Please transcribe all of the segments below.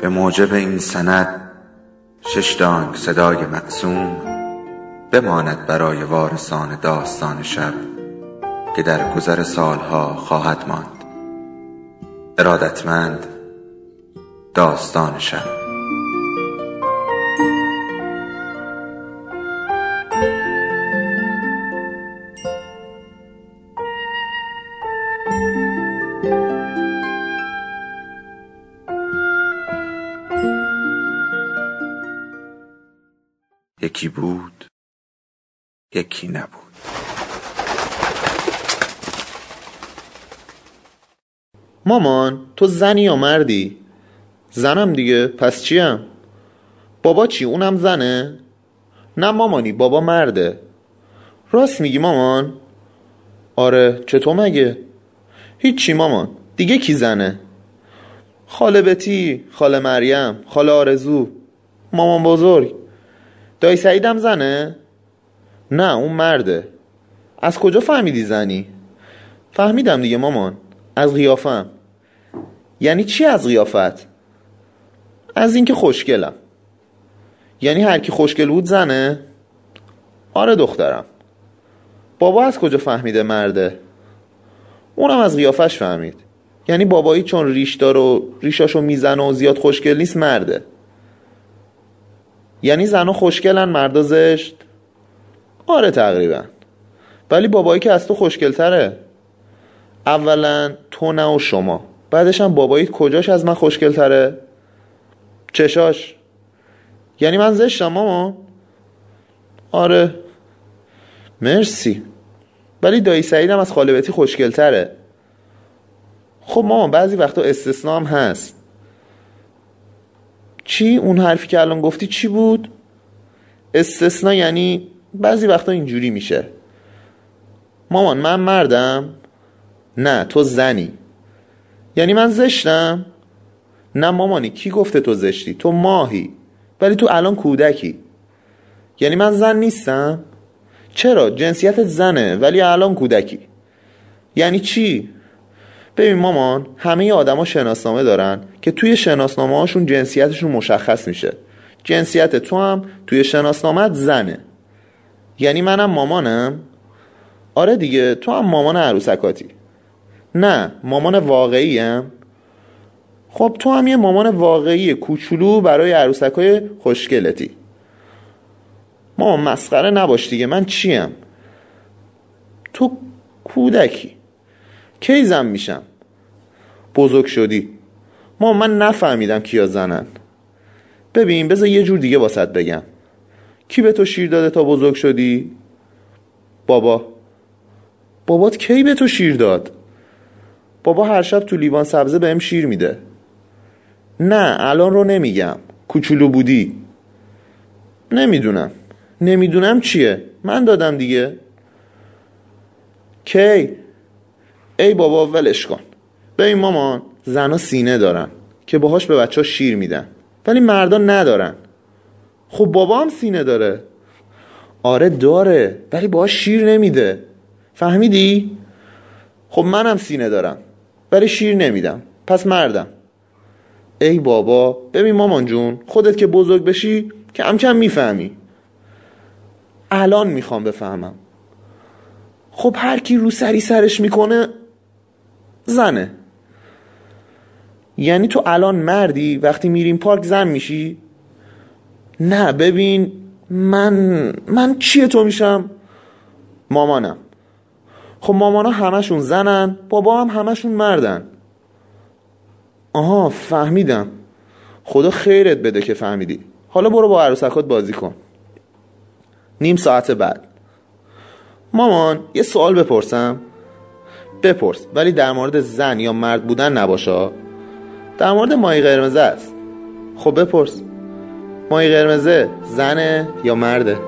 به موجب این سند شش دانگ صدای معصوم بماند برای وارثان داستان شب که در گذر سالها خواهد ماند ارادتمند داستان شب یکی بود یکی نبود مامان تو زنی یا مردی زنم دیگه پس چیم بابا چی اونم زنه نه مامانی بابا مرده راست میگی مامان آره چطور مگه هیچی مامان دیگه کی زنه خاله بتی خاله مریم خاله آرزو مامان بزرگ دایی سعیدم زنه نه اون مرده از کجا فهمیدی زنی فهمیدم دیگه مامان از قیافم یعنی چی از قیافت از اینکه خوشگلم یعنی هر کی خوشگل بود زنه آره دخترم بابا از کجا فهمیده مرده اونم از قیافش فهمید یعنی بابایی چون ریش دار و ریشاشو میزنه و زیاد خوشگل نیست مرده یعنی زنها خوشگلن مردا زشت آره تقریبا ولی بابایی که از تو خوشگلتره اولا تو نه و شما بعدش هم بابایی کجاش از من خوشگلتره چشاش یعنی من زشتم ماما آره مرسی ولی دایی سعیدم از خاله بتی خوشگلتره خب ماما بعضی وقتا استثنا هم هست چی اون حرفی که الان گفتی چی بود استثنا یعنی بعضی وقتا اینجوری میشه مامان من مردم نه تو زنی یعنی من زشتم نه مامانی کی گفته تو زشتی تو ماهی ولی تو الان کودکی یعنی من زن نیستم چرا جنسیت زنه ولی الان کودکی یعنی چی ببین مامان همه آدما شناسنامه دارن که توی شناسنامه هاشون جنسیتشون مشخص میشه جنسیت تو هم توی شناسنامت زنه یعنی منم مامانم آره دیگه تو هم مامان عروسکاتی نه مامان واقعیم خب تو هم یه مامان واقعی کوچولو برای عروسکای خوشگلتی مامان مسخره نباش دیگه من چیم تو کودکی کی زن میشم بزرگ شدی ما من نفهمیدم کیا زنن ببین بذار یه جور دیگه واسط بگم کی به تو شیر داده تا بزرگ شدی بابا بابات کی به تو شیر داد بابا هر شب تو لیوان سبزه بهم شیر میده نه الان رو نمیگم کوچولو بودی نمیدونم نمیدونم چیه من دادم دیگه کی ای بابا ولش کن ببین مامان زنا سینه دارن که باهاش به بچه شیر میدن ولی مردا ندارن خب بابا هم سینه داره آره داره ولی باهاش شیر نمیده فهمیدی؟ خب منم سینه دارم ولی شیر نمیدم پس مردم ای بابا ببین مامان جون خودت که بزرگ بشی کم کم میفهمی الان میخوام بفهمم خب هر کی رو سری سرش میکنه زنه یعنی تو الان مردی وقتی میریم پارک زن میشی نه ببین من من چیه تو میشم مامانم خب مامانا همشون زنن بابا هم همشون مردن آها فهمیدم خدا خیرت بده که فهمیدی حالا برو با عروسکات بازی کن نیم ساعت بعد مامان یه سوال بپرسم بپرس ولی در مورد زن یا مرد بودن نباشا در مورد ماهی قرمزه است خب بپرس ماهی قرمزه زنه یا مرده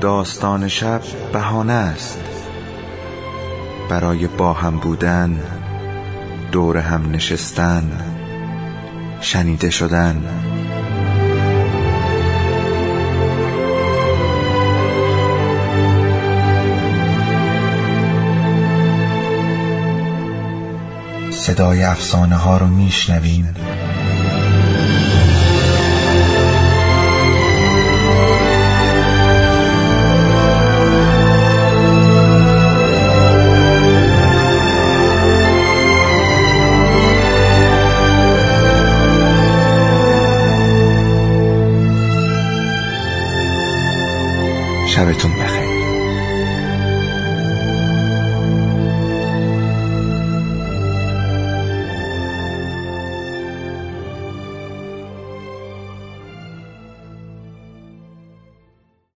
داستان شب بهانه است برای با هم بودن دور هم نشستن شنیده شدن صدای افسانه ها رو میشنویم